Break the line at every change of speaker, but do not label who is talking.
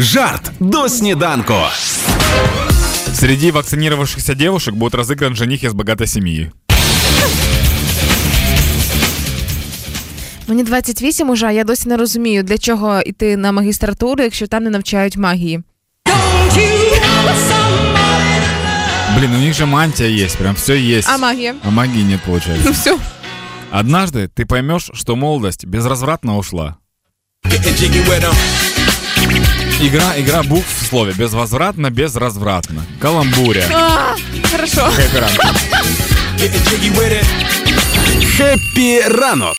Жарт до сніданку.
Среди вакцинировавшихся девушек будет разыгран жених из богатой семьи.
Мені 28 уже, а я досі не розумію, для чого йти на магістратуру, якщо там не навчають магії.
Блин, у них же мантия есть, прям все есть.
А магія?
А магии нет, получается.
Ну все.
Однажды ты поймешь, что молодость безразвратно ушла. Игра, игра букв в слове. Безвозвратно, безразвратно. Каламбуря.
А, хорошо.
Хеппі ранок.